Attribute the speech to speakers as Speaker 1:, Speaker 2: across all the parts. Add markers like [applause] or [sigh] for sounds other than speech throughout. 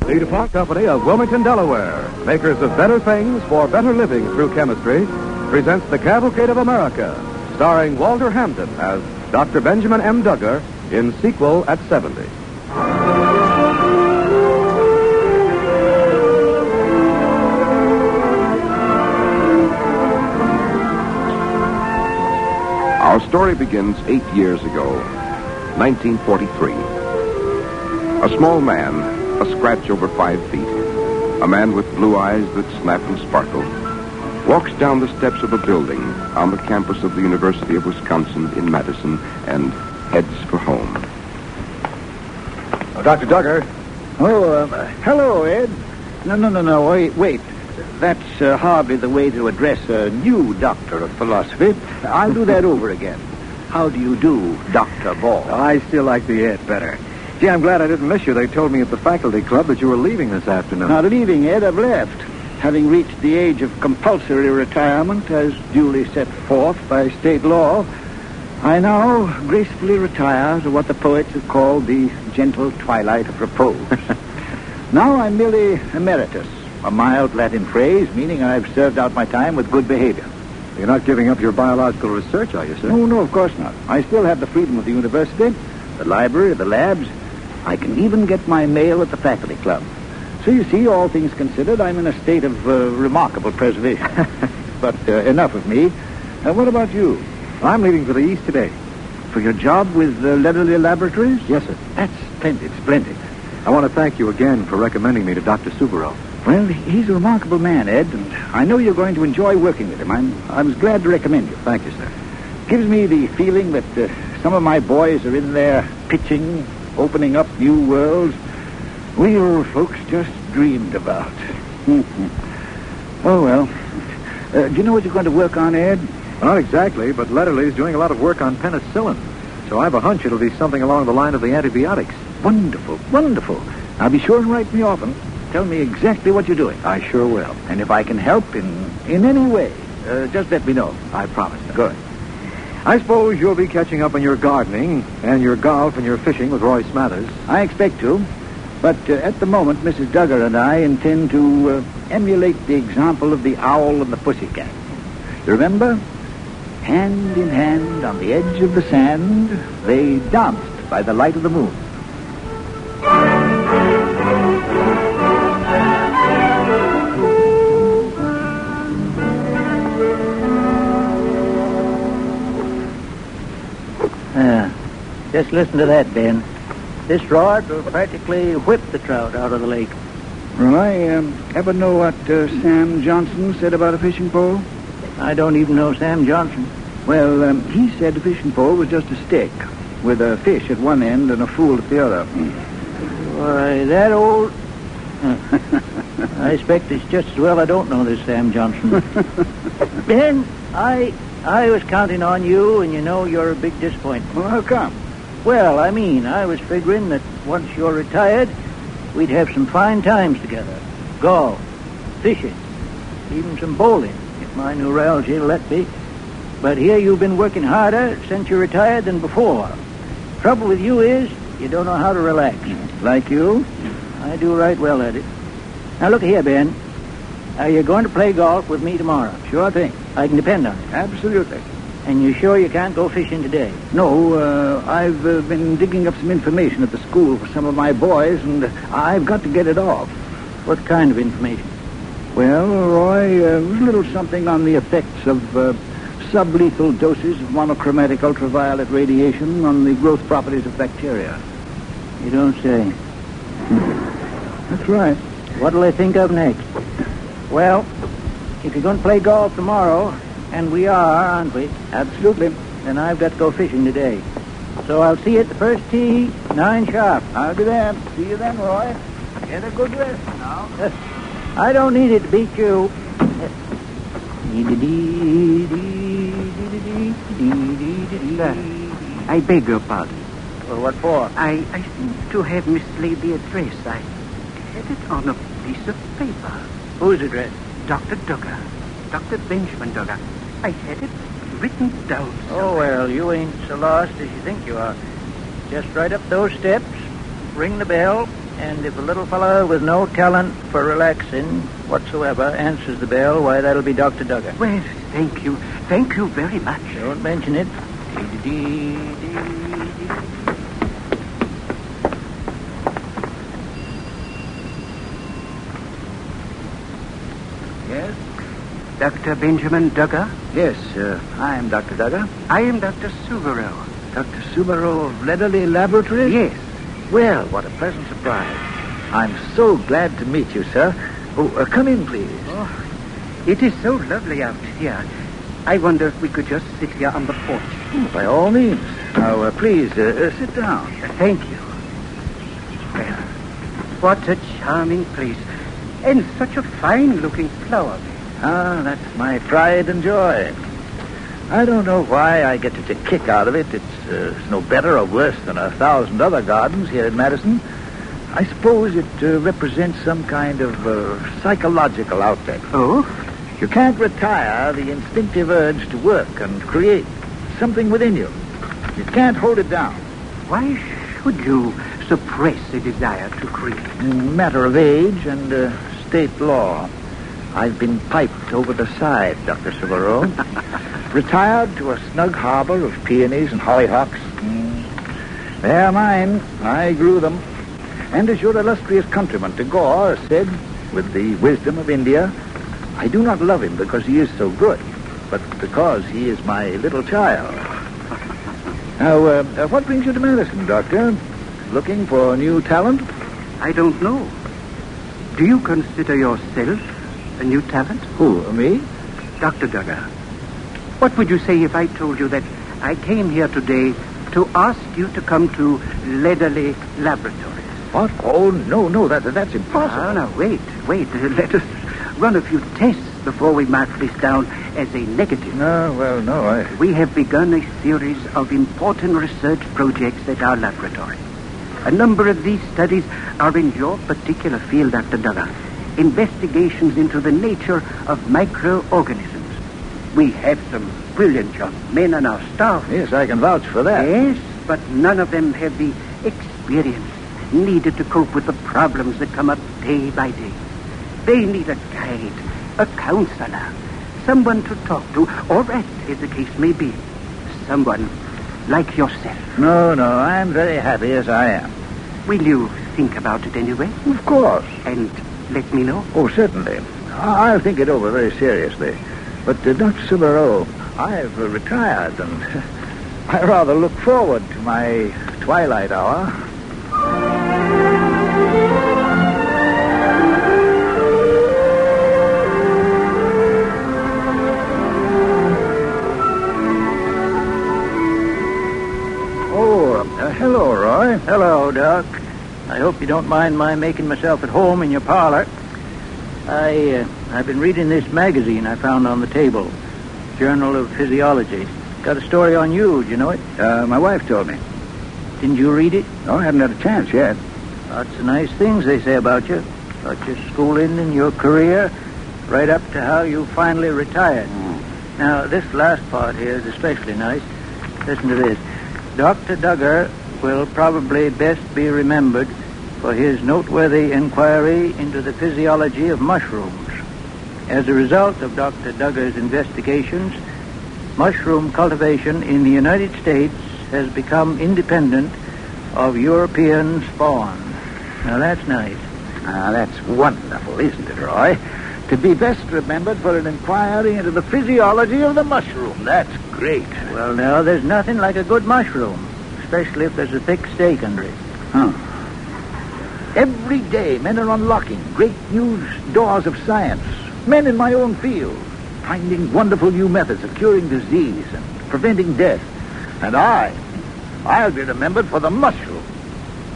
Speaker 1: The DuPont Company of Wilmington, Delaware, makers of better things for better living through chemistry, presents The Cavalcade of America, starring Walter Hamden as Dr. Benjamin M. Duggar in sequel at 70.
Speaker 2: Our story begins eight years ago, 1943. A small man, a scratch over five feet, a man with blue eyes that snap and sparkle, walks down the steps of a building on the campus of the University of Wisconsin in Madison and heads for home.
Speaker 1: Dr. Duggar,
Speaker 3: Oh, um, hello, Ed. No, no, no, no. Wait, wait. That's uh, hardly the way to address a new doctor of philosophy. I'll do
Speaker 1: [laughs]
Speaker 3: that over again. How do you do, Doctor Ball?
Speaker 1: I still like the Ed better. Gee, I'm glad I didn't miss you. They told me at the faculty club that you were leaving this afternoon.
Speaker 3: Not leaving, Ed. I've left. Having reached the age of compulsory retirement, as duly set forth by state law, I now gracefully retire to what the poets have called the gentle twilight of repose.
Speaker 1: [laughs]
Speaker 3: now I'm merely emeritus, a mild Latin phrase meaning I've served out my time with good behavior.
Speaker 1: You're not giving up your biological research, are you, sir?
Speaker 3: No, no, of course not. I still have the freedom of the university, the library, the labs. I can even get my mail at the faculty club. So you see, all things considered, I'm in a state of uh, remarkable preservation. [laughs] but uh, enough of me. Uh, what about you?
Speaker 1: I'm leaving for the East today.
Speaker 3: For your job with uh, Leatherly Laboratories?
Speaker 1: Yes, sir.
Speaker 3: That's splendid, splendid.
Speaker 1: I want to thank you again for recommending me to Dr. Subarow.
Speaker 3: Well, he's a remarkable man, Ed, and I know you're going to enjoy working with him. I'm, I was glad to recommend you.
Speaker 1: Thank you, sir.
Speaker 3: gives me the feeling that uh, some of my boys are in there pitching, opening up new worlds we old folks just dreamed about. [laughs] oh, well. Uh, do you know what you're going to work on, Ed?
Speaker 1: Well, not exactly, but Letterly's doing a lot of work on penicillin. So I have a hunch it'll be something along the line of the antibiotics.
Speaker 3: Wonderful, wonderful. Now be sure and write me often. Tell me exactly what you're doing.
Speaker 1: I sure will.
Speaker 3: And if I can help in, in any way, uh, just let me know. I promise. Good.
Speaker 1: I suppose you'll be catching up on your gardening and your golf and your fishing with Roy Smathers.
Speaker 3: I expect to. But uh, at the moment, Mrs. Duggar and I intend to uh, emulate the example of the owl and the pussycat. You remember? Hand in hand on the edge of the sand, they danced by the light of the moon.
Speaker 4: Yeah. Just listen to that, Ben. This rod will practically whip the trout out of the lake.
Speaker 3: Will I um, ever know what uh, Sam Johnson said about a fishing pole?
Speaker 4: I don't even know Sam Johnson.
Speaker 3: Well, um, he said a fishing pole was just a stick with a fish at one end and a fool at the other.
Speaker 4: Why, that old. [laughs] I expect it's just as well I don't know this Sam Johnson. ben, I I was counting on you, and you know you're a big disappointment.
Speaker 3: Well, how come?
Speaker 4: Well, I mean, I was figuring that once you're retired, we'd have some fine times together. Golf, fishing, even some bowling, if my neurology will let me. But here you've been working harder since you retired than before. Trouble with you is you don't know how to relax.
Speaker 3: Like you?
Speaker 4: I do right well at it. Now look here, Ben. Are you going to play golf with me tomorrow?
Speaker 3: Sure thing.
Speaker 4: I can depend on it.
Speaker 3: Absolutely.
Speaker 4: And you sure you can't go fishing today?
Speaker 3: No, uh, I've uh, been digging up some information at the school for some of my boys, and I've got to get it off.
Speaker 4: What kind of information?
Speaker 3: Well, Roy, uh, a little something on the effects of uh, sublethal doses of monochromatic ultraviolet radiation on the growth properties of bacteria.
Speaker 4: You don't say.
Speaker 3: That's right.
Speaker 4: What'll they think of next? Well, if you're going to play golf tomorrow, and we are, aren't we?
Speaker 3: Absolutely.
Speaker 4: Then I've got to go fishing today. So I'll see you at the first tee, nine sharp.
Speaker 3: I'll be there. See you then, Roy. Get a good rest now.
Speaker 4: I don't need it to beat you. Well,
Speaker 5: I beg your pardon.
Speaker 4: what for?
Speaker 5: I, I seem to have mislaid the address. I had it on a piece of paper.
Speaker 4: Whose address?
Speaker 5: Dr. Duggar. Dr. Benjamin Duggar. I had it written down.
Speaker 4: Oh,
Speaker 5: somewhere.
Speaker 4: well, you ain't so lost as you think you are. Just right up those steps, ring the bell, And if a little fellow with no talent for relaxing whatsoever answers the bell, why, that'll be Dr. Duggar.
Speaker 5: Well, thank you. Thank you very much.
Speaker 4: Don't mention it.
Speaker 3: Yes?
Speaker 5: Dr. Benjamin Duggar,
Speaker 3: Yes, uh, I am Dr. Duggar.
Speaker 5: I am Dr. Subaru.
Speaker 3: Dr. Subaru of Leatherly Laboratories?
Speaker 5: Yes.
Speaker 3: Well, what a pleasant surprise. I'm so glad to meet you, sir. Oh, uh, come in, please.
Speaker 5: It is so lovely out here. I wonder if we could just sit here on the porch.
Speaker 3: By all means. Now, uh, please, uh, uh, sit down.
Speaker 5: Thank you. Well, what a charming place. And such a fine-looking flower.
Speaker 3: Ah, that's my pride and joy. I don't know why I get such a kick out of it. It's, uh, it's no better or worse than a thousand other gardens here in Madison. I suppose it uh, represents some kind of uh, psychological outlet.
Speaker 5: Oh?
Speaker 3: You can't retire the instinctive urge to work and create something within you. You can't hold it down.
Speaker 5: Why should you suppress a desire to create?
Speaker 3: Matter of age and uh, state law. I've been piped over the side, Dr. Severo. Retired to a snug harbor of peonies and hollyhocks. Mm. They're mine. I grew them. And as your illustrious countryman, Tagore, said, with the wisdom of India, I do not love him because he is so good, but because he is my little child. Now, uh, uh, what brings you to Madison, Doctor? Looking for new talent?
Speaker 5: I don't know. Do you consider yourself a new talent?
Speaker 3: Who, me?
Speaker 5: Dr. Duggar, what would you say if I told you that I came here today to ask you to come to Lederley Laboratories?
Speaker 3: What? Oh, no, no, that, that's impossible.
Speaker 5: No, no, wait, wait. [laughs] Let us run a few tests before we mark this down as a negative.
Speaker 3: No, Uh, well,
Speaker 1: Oh,
Speaker 3: no, I...
Speaker 5: We have begun a series of important research projects at our laboratory. A number of these studies are in your particular field, Dr. Duggar. Investigations into the nature of microorganisms. We have some brilliant young men on our staff.
Speaker 3: Yes, I can vouch for that.
Speaker 5: Yes, but none of them have the experience needed to cope with the problems that come up day by day. They need a guide, a counselor, someone to talk to, or at, as the case may be, someone like yourself.
Speaker 3: No, no, I'm very happy as I am.
Speaker 5: Will you think about it anyway?
Speaker 3: Of course.
Speaker 5: And let me know.
Speaker 3: Oh, certainly. I- I'll think it over very seriously. But, uh, Dr. Subaru, I've uh, retired, and [laughs] I rather look forward to my twilight hour. Oh, uh, hello, Roy.
Speaker 4: Hello, Doc. I hope you don't mind my making myself at home in your parlor. I, uh, I've been reading this magazine I found on the table, Journal of Physiology. Got a story on you, do you know it?
Speaker 3: Uh, my wife told me.
Speaker 4: Didn't you read it?
Speaker 3: Oh, I haven't had a chance yet.
Speaker 4: Lots of nice things they say about you. About your schooling and your career, right up to how you finally retired. Now, this last part here is especially nice. Listen to this. Dr. Duggar will probably best be remembered for his noteworthy inquiry into the physiology of mushrooms. As a result of Dr. Duggar's investigations, mushroom cultivation in the United States has become independent of European spawn. Now that's nice.
Speaker 3: Ah, that's wonderful, isn't it, Roy? To be best remembered for an inquiry into the physiology of the mushroom. That's great.
Speaker 4: Well, now, there's nothing like a good mushroom, especially if there's a thick steak under it.
Speaker 3: Every day, men are unlocking great new doors of science. Men in my own field, finding wonderful new methods of curing disease and preventing death. And I, I'll be remembered for the mushroom.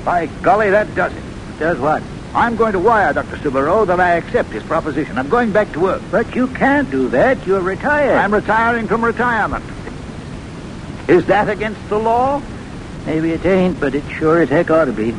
Speaker 3: By golly, that does it.
Speaker 4: Does what?
Speaker 3: I'm going to wire Dr. Subaru that I accept his proposition. I'm going back to work.
Speaker 4: But you can't do that. You're retired.
Speaker 3: I'm retiring from retirement. Is that against the law?
Speaker 4: Maybe it ain't, but it sure as heck ought to be.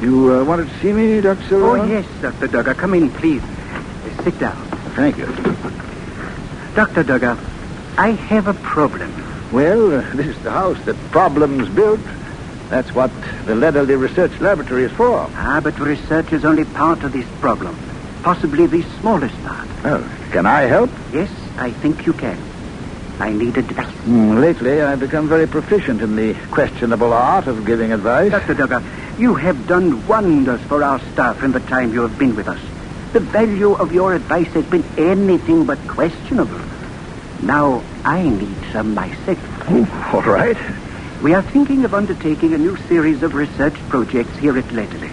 Speaker 3: You uh, wanted to see me, Dr.
Speaker 5: Oh,
Speaker 3: Subaru?
Speaker 1: uh,
Speaker 4: Oh,
Speaker 5: yes, Dr. Oh, Duggar. Come in, please. Uh, Sit down.
Speaker 3: Thank you.
Speaker 5: Dr. Duggar, I have a problem.
Speaker 3: Well, uh, this is the house that problems built. That's what the Leatherly Research Laboratory is for.
Speaker 5: Ah, but research is only part of this problem, possibly the smallest part.
Speaker 3: Well, can I help?
Speaker 5: Yes, I think you can. I need advice.
Speaker 3: Hmm, lately, I've become very proficient in the questionable art of giving advice.
Speaker 5: Dr. Duggar, you have done wonders for our staff in the time you have been with us. The value of your advice has been anything but questionable. Now I need some myself.
Speaker 3: All right.
Speaker 5: We are thinking of undertaking a new series of research projects here at Ledley.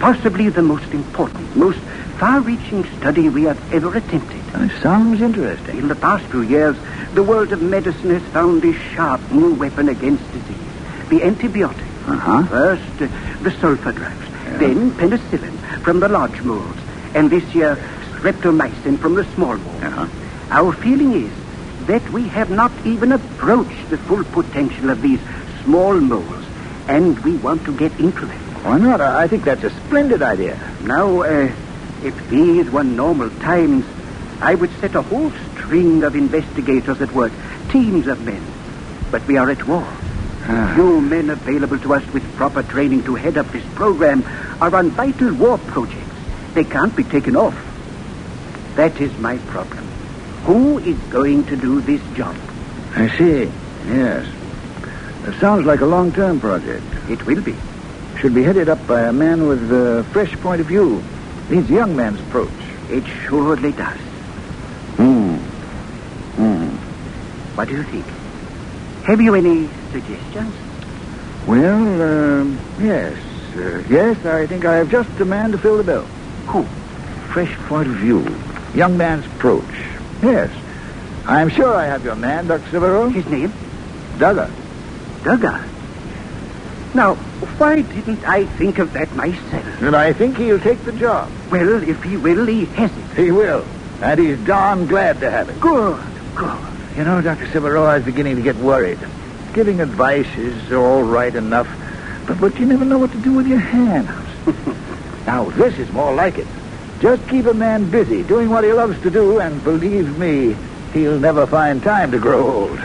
Speaker 5: Possibly the most important, most far-reaching study we have ever attempted.
Speaker 3: Uh, sounds interesting.
Speaker 5: In the past few years, the world of medicine has found a sharp new weapon against disease, the antibiotic.
Speaker 3: Uh-huh.
Speaker 5: First, uh, the sulfur drugs, then penicillin from the large molds, and this year, streptomycin from the small molds.
Speaker 3: Uh-huh.
Speaker 5: Our feeling is that we have not even approached the full potential of these small molds, and we want to get into them.
Speaker 3: Why not? I I think that's a splendid idea.
Speaker 5: Now, uh, if these were normal times, I would set a whole string of investigators at work, teams of men. But we are at war. Few men available to us with proper training to head up this program are on vital war projects. They can't be taken off. That is my problem. Who is going to do this job?
Speaker 3: I see. Yes. It sounds like a long-term project.
Speaker 5: It will be.
Speaker 3: Should be headed up by a man with a fresh point of view. Needs young man's approach.
Speaker 5: It surely does.
Speaker 3: Hmm. Hmm.
Speaker 5: What do you think? Have you any suggestions?
Speaker 3: Well, um, yes. Uh, yes, I think I have just a man to fill the bill.
Speaker 5: Who?
Speaker 3: Fresh point of view. Young man's approach. Yes. I'm sure I have your man, Dr. Severo.
Speaker 5: His name?
Speaker 3: Duggar.
Speaker 5: Duggar. Now, why didn't I think of that myself?
Speaker 3: And I think he'll take the job.
Speaker 5: Well, if he will, he has it.
Speaker 3: He will. And he's darn glad to have it.
Speaker 5: Good, good.
Speaker 3: You know, Dr. Severo, I was beginning to get worried. Giving advice is all right enough, but, but you never know what to do with your hands. now, this is more like it. Just keep a man busy doing what he loves to do, and believe me, he'll never find time to grow old.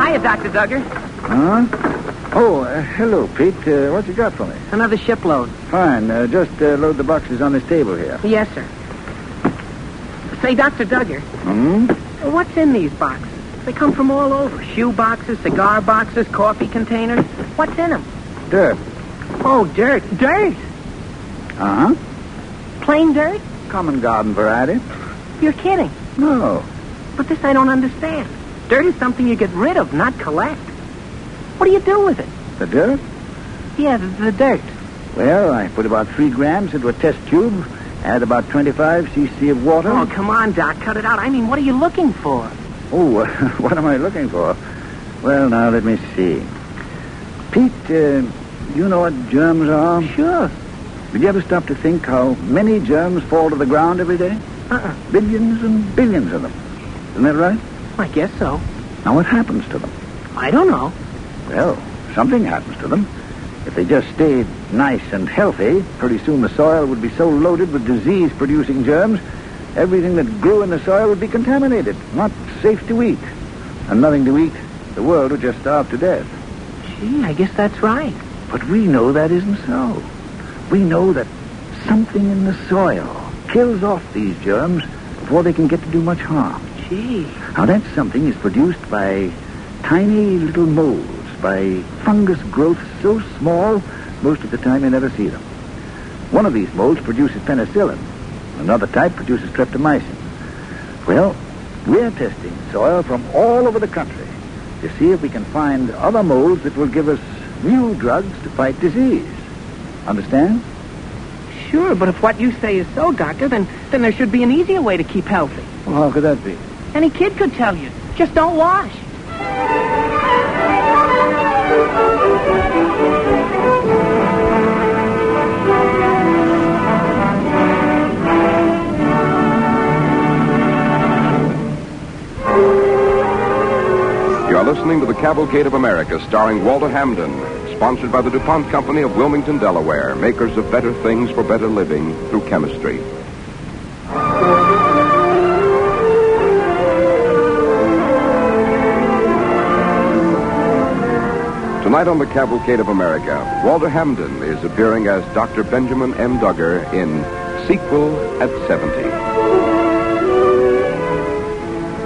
Speaker 6: Hiya, Dr. Duggar.
Speaker 3: Huh? Oh, uh, hello, Pete. Uh, what you got for me?
Speaker 6: Another shipload.
Speaker 3: Fine. Uh, just uh, load the boxes on this table here.
Speaker 6: Yes, sir. Say, Dr. Duggar,
Speaker 3: Hmm?
Speaker 6: what's in these boxes? They come from all over. Shoe boxes, cigar boxes, coffee containers. What's in them?
Speaker 3: Dirt.
Speaker 6: Oh, dirt. Dirt?
Speaker 3: Uh-huh.
Speaker 6: Plain dirt?
Speaker 3: Common garden variety.
Speaker 6: You're kidding.
Speaker 3: No.
Speaker 6: But this I don't understand. Dirt is something you get rid of, not collect. What do you do with it?
Speaker 3: The dirt?
Speaker 6: Yeah, the, the dirt.
Speaker 3: Well, I put about three grams into a test tube, add about 25 cc of water.
Speaker 6: Oh, come on, Doc. Cut it out. I mean, what are you looking for?
Speaker 3: Oh, [laughs] uh, what am I looking for? Well, now, let me see. Pete, uh, you know what germs are? Sure. Did you ever stop to think how many germs fall to the ground every day?
Speaker 6: Uh-uh.
Speaker 3: Billions and billions of them. Isn't that right?
Speaker 6: I guess so.
Speaker 3: Now, what happens to them?
Speaker 6: I don't know.
Speaker 3: Well, something happens to them. If they just stayed nice and healthy, pretty soon the soil would be so loaded with disease producing germs, everything that grew in the soil would be contaminated, not safe to eat. And nothing to eat, the world would just starve to death.
Speaker 6: Gee, I guess that's right.
Speaker 3: But we know that isn't so. We know that something in the soil kills off these germs before they can get to do much harm.
Speaker 6: Gee.
Speaker 3: Now, that something is produced by tiny little molds, by fungus growth so small, most of the time you never see them. One of these molds produces penicillin. Another type produces streptomycin. Well, we're testing soil from all over the country to see if we can find other molds that will give us new drugs to fight disease. Understand?
Speaker 6: Sure, but if what you say is so, Doctor, then, then there should be an easier way to keep healthy.
Speaker 3: Well, how could that be?
Speaker 6: Any kid could tell you. Just don't wash.
Speaker 2: You're listening to The Cavalcade of America, starring Walter Hamden, sponsored by the DuPont Company of Wilmington, Delaware, makers of better things for better living through chemistry. Tonight on The Cavalcade of America, Walter Hamden is appearing as Dr. Benjamin M. Duggar in Sequel at 70.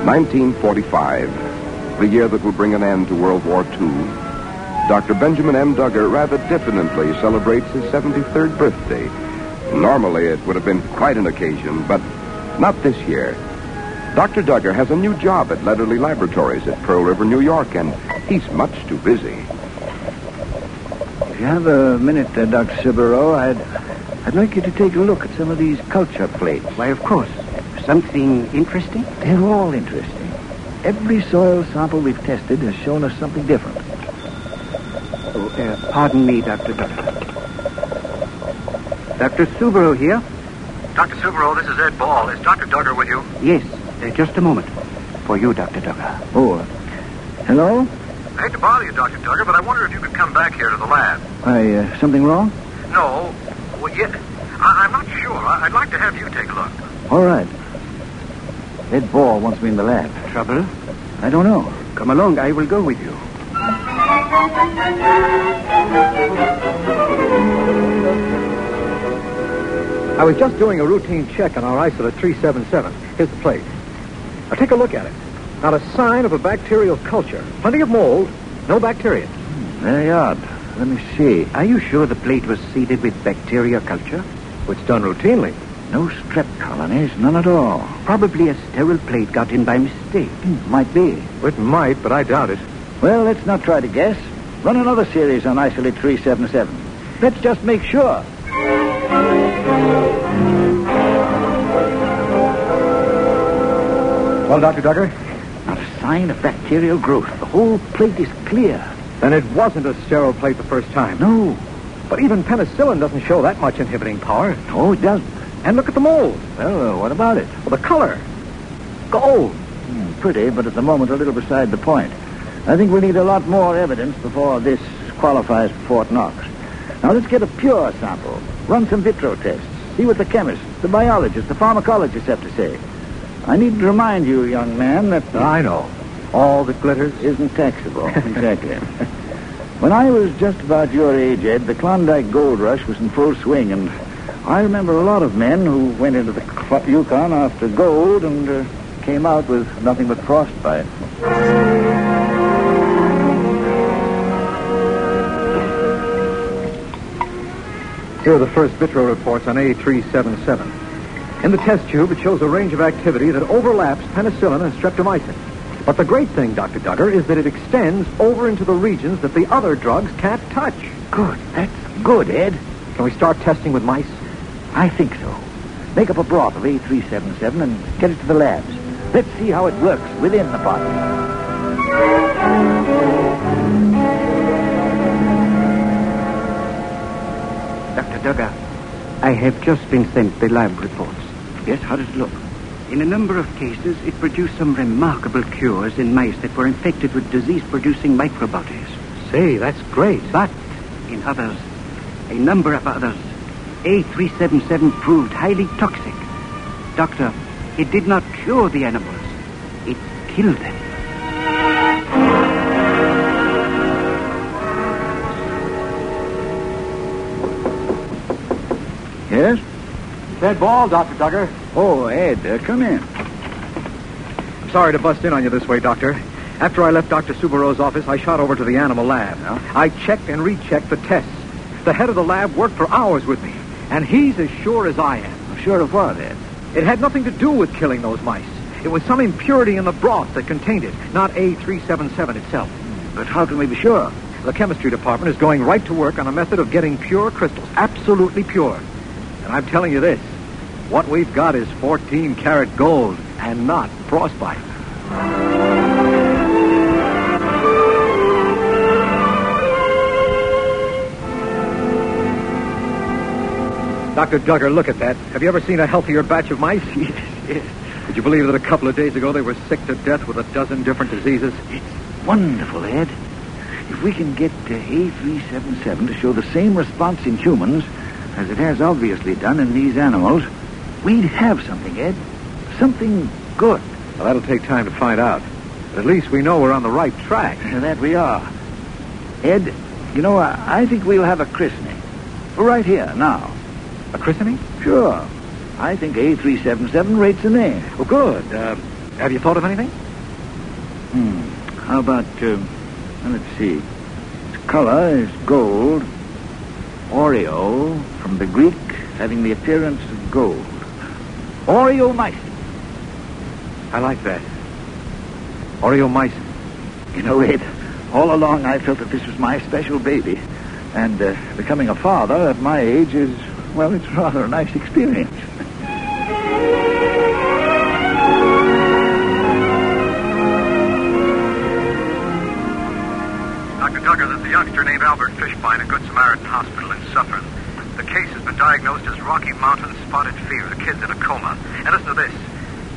Speaker 2: 1945, the year that will bring an end to World War II, Dr. Benjamin M. Duggar rather diffidently celebrates his 73rd birthday. Normally, it would have been quite an occasion, but not this year. Dr. Duggar has a new job at Letterly Laboratories at Pearl River, New York, and he's much too busy.
Speaker 3: If you have a minute, uh, Dr. Sibero, I'd, I'd like you to take a look at some of these culture plates.
Speaker 5: Why, of course. Something interesting?
Speaker 3: They're all interesting. Every soil sample we've tested has shown us something different.
Speaker 5: Oh, uh, pardon me, Dr. Duggar. Dr. Subaru here?
Speaker 7: Dr. Subaru, this is Ed Ball. Is Dr. Duggar with you?
Speaker 5: Yes, uh, just a moment. For you, Dr. Duggar.
Speaker 3: Oh, uh, hello?
Speaker 7: I hate to bother you, Dr. Duggar, but I wonder if you could come back here to the lab.
Speaker 3: I, uh, something wrong?
Speaker 7: No. Well, yeah. I- I'm not sure. I- I'd like to have you take a look.
Speaker 3: All right. Ed Ball wants me in the lab.
Speaker 5: Trouble?
Speaker 3: I don't know.
Speaker 5: Come along, I will go with you.
Speaker 8: I was just doing a routine check on our isolate 377. Here's the plate. Now take a look at it. Not a sign of a bacterial culture. Plenty of mold, no bacteria.
Speaker 3: Very odd. Let me see.
Speaker 5: Are you sure the plate was seeded with bacteria culture?
Speaker 8: It's done routinely.
Speaker 3: No strep colonies, none at all.
Speaker 5: Probably a sterile plate got in by mistake.
Speaker 3: Might be.
Speaker 8: It might, but I doubt it.
Speaker 3: Well, let's not try to guess. Run another series on isolate 377. Let's just make sure.
Speaker 8: Well, Dr. Duggar,
Speaker 3: Not a sign of bacterial growth. The whole plate is clear.
Speaker 8: then it wasn't a sterile plate the first time.
Speaker 3: No,
Speaker 8: But even penicillin doesn't show that much inhibiting power.
Speaker 3: no, Oh, it doesn't.
Speaker 8: And look at the mold.
Speaker 3: Well, uh, what about it?
Speaker 8: Well, the color. Gold.
Speaker 3: Hmm, pretty, but at the moment a little beside the point. I think we'll need a lot more evidence before this qualifies for Fort Knox. Now let's get a pure sample, run some vitro tests, see what the chemist, the biologist, the pharmacologist have to say. I need to remind you, young man, that
Speaker 8: I know. All that glitters.
Speaker 3: isn't taxable. [laughs] exactly. When I was just about your age, Ed, the Klondike gold rush was in full swing, and I remember a lot of men who went into the Cl- Yukon after gold and uh, came out with nothing but frostbite.
Speaker 8: Here are the first vitro reports on A377. In the test tube, it shows a range of activity that overlaps penicillin and streptomycin. But the great thing, Dr. Duggar, is that it extends over into the regions that the other drugs can't touch.
Speaker 3: Good. That's good, Ed.
Speaker 8: Can we start testing with mice?
Speaker 3: I think so. Make up a broth of A377 and get it to the labs. Let's see how it works within the body.
Speaker 5: Dr. Duggar, I have just been sent the lab reports. Yes, how does it look? In a number of cases, it produced some remarkable cures in mice that were infected with disease-producing microbodies.
Speaker 8: Say, that's great.
Speaker 5: But in others, a number of others, A377 proved highly toxic. Doctor, it did not cure the animals. It killed them.
Speaker 3: Yes?
Speaker 8: Dead ball, Dr. Duggar.
Speaker 3: Oh, Ed, uh, come in.
Speaker 8: I'm sorry to bust in on you this way, Doctor. After I left Dr. Subaru's office, I shot over to the animal lab. I checked and rechecked the tests. The head of the lab worked for hours with me, and he's as sure as I am.
Speaker 3: I'm sure of what, Ed?
Speaker 8: It had nothing to do with killing those mice. It was some impurity in the broth that contained it, not A377 itself.
Speaker 3: Hmm, But how can we be sure?
Speaker 8: The chemistry department is going right to work on a method of getting pure crystals, absolutely pure. And I'm telling you this what we've got is 14 karat gold and not frostbite. Dr. Duggar, look at that. Have you ever seen a healthier batch
Speaker 9: [laughs]
Speaker 8: of mice? Yes, yes. Would you believe that a couple of days ago they were sick to death with a dozen different diseases?
Speaker 3: wonderful, Ed. If we can get uh, A377 to show the same response in humans as it has obviously done in these animals, we'd have something, Ed. Something good.
Speaker 9: Well, that'll take time to find out. But at least we know we're on the right track.
Speaker 3: That we are. Ed, you know, I, I think we'll have a christening. Right here, now.
Speaker 9: A christening?
Speaker 3: Sure. I think A377 rates the name.
Speaker 9: Oh, good. Uh, have you thought of anything?
Speaker 3: Hmm. How about, um, well, let's see. Its color is gold. Oreo, from the Greek, having the appearance of gold. Oreomycin.
Speaker 9: I like that. Oreomycin.
Speaker 3: You know, Ed, all along I felt that this was my special baby. And uh, becoming a father at my age is, well, it's rather a nice experience.
Speaker 10: Dr. Duggar, there's a youngster named Albert Fishbein at Good Samaritan Hospital in Suffern. The case has been diagnosed as Rocky Mountain spotted fever. The kid's in a coma. And listen to this.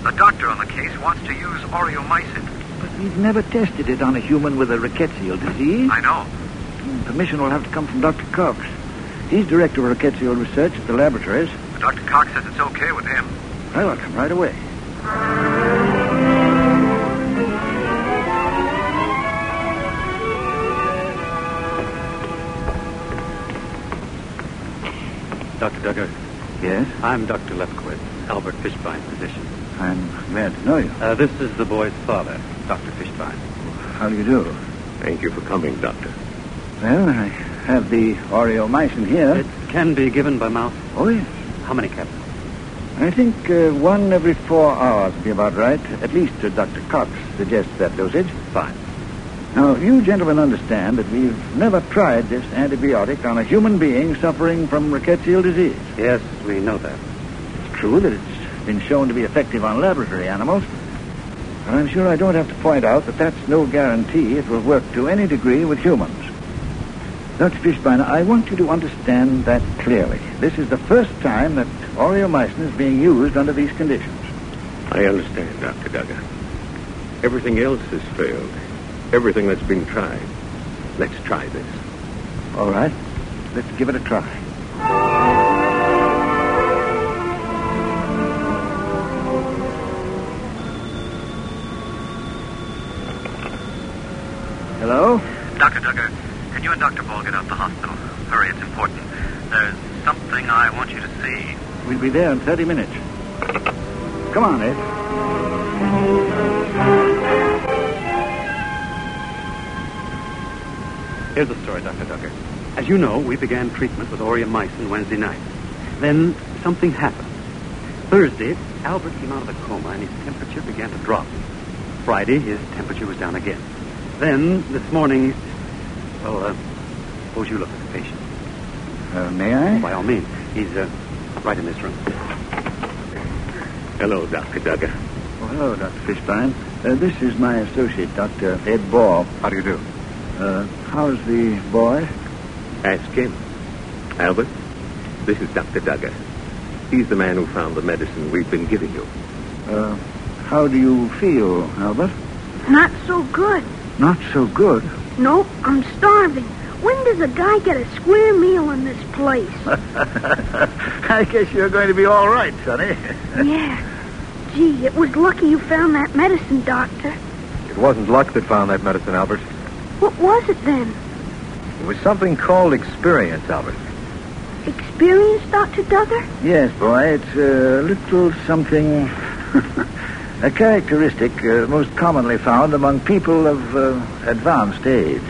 Speaker 10: The doctor on the case wants to use oreomycin.
Speaker 11: But we've never tested it on a human with a rickettsial disease.
Speaker 10: I know.
Speaker 11: Permission will have to come from Dr. Cox. He's director of rickettsial research at the laboratories.
Speaker 10: But Dr. Cox says it's okay with him.
Speaker 11: Well, I'll come right away.
Speaker 5: Dr. Duggar,
Speaker 3: Yes,
Speaker 5: I'm Dr. Lefkowitz, Albert Fishbein physician.
Speaker 3: I'm glad to know you.
Speaker 5: Uh, this is the boy's father, Dr. Fishbein.
Speaker 3: How do you do?
Speaker 5: Thank you for coming, Doctor.
Speaker 3: Well, I have the oreomycin here.
Speaker 5: It can be given by mouth.
Speaker 3: oh, yes.
Speaker 5: How many capsules?
Speaker 3: I think uh, one every four hours would be about right. At least uh, Dr. Cox suggests that dosage.
Speaker 5: Fine.
Speaker 3: Now, you gentlemen understand that we've never tried this antibiotic on a human being suffering from rickettsial disease.
Speaker 5: Yes, we know that.
Speaker 3: It's true that it's been shown to be effective on laboratory animals. But I'm sure I don't have to point out that that's no guarantee it will work to any degree with humans. Dr. Fishbein, I want you to understand that clearly. This is the first time that oreomycin is being used under these conditions.
Speaker 8: I understand, Dr. Duggan. Everything else has failed. Everything that's been tried. Let's try this.
Speaker 3: All right. Let's give it a try. Hello?
Speaker 10: Dr. Duggar, can you and Dr. Ball get out the hospital? Hurry, it's important. There's something I want you to see.
Speaker 3: We'll be there in 30 minutes. Come on, Ed.
Speaker 5: Here's the story, Dr. Duggar. As you know, we began treatment with oreomycin Wednesday night. Then something happened. Thursday, Albert came out of a coma and his temperature began to drop. Friday, his temperature was down again. Then, this morning, well, uh, suppose you look at the patient.
Speaker 3: Uh, may I?
Speaker 5: By all means, he's uh, right in this room.
Speaker 8: Hello, Dr. Duggan.
Speaker 3: Oh, hello, Dr. Fishbein. Uh, this is my associate, Dr. Ed Ball.
Speaker 9: How do you do?
Speaker 3: Uh, how's the boy?
Speaker 8: Ask him. Albert, this is Dr. Duggan. He's the man who found the medicine we've been giving you.
Speaker 3: Uh, how do you feel, Albert?
Speaker 12: Not so good.
Speaker 3: Not so good.
Speaker 12: Nope, I'm starving. When does a guy get a square meal in this place?
Speaker 3: [laughs] [laughs] I guess you're going to be all right, Sonny.
Speaker 12: yeah. Gee, it was lucky you found that medicine, Doctor.
Speaker 9: It wasn't luck that found that medicine, Albert.
Speaker 12: What was it then?
Speaker 9: It was something called experience, Albert.
Speaker 12: Experience, Dr. Duggar?
Speaker 3: Yes, boy, it's a little something. a characteristic uh, most commonly found among people of uh, advanced age.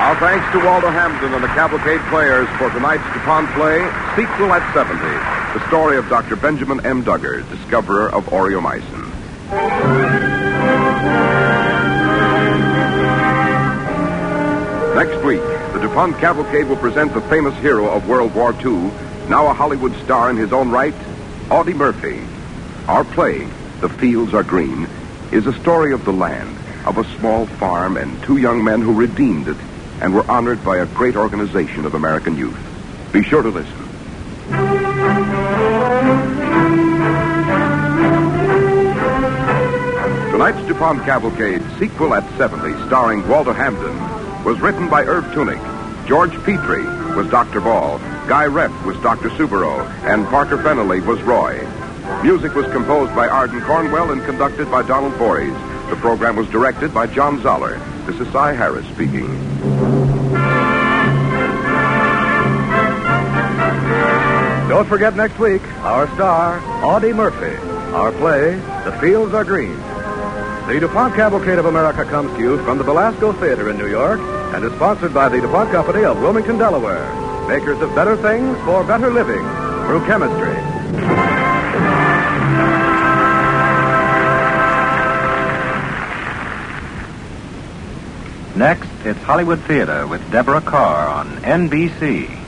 Speaker 2: Our thanks to Waldo Hampton and the Cavalcade Players for tonight's DuPont play, Sequel at 70, the story of Dr. Benjamin M. Duggar, discoverer of oreomycin. Next week, the DuPont Cavalcade will present the famous hero of World War II, now a Hollywood star in his own right, Audie Murphy. Our play, The Fields Are Green, is a story of the land, of a small farm, and two young men who redeemed it and were honored by a great organization of American youth. Be sure to listen. Tonight's DuPont Cavalcade, sequel at 70, starring Walter Hampden, was written by Herb Tunick. George Petrie was Dr. Ball. Guy Rep was Dr. Subaru. And Parker Fennelly was Roy. Music was composed by Arden Cornwell and conducted by Donald Voorhees. The program was directed by John Zoller. This is Cy Harris speaking.
Speaker 8: Don't forget next week, our star, Audie Murphy. Our play, The Fields Are Green. The DuPont Cavalcade of America comes to you from the Belasco Theater in New York and is sponsored by the DuPont Company of Wilmington, Delaware, makers of better things for better living through chemistry.
Speaker 13: Next, it's Hollywood Theater with Deborah Carr on NBC.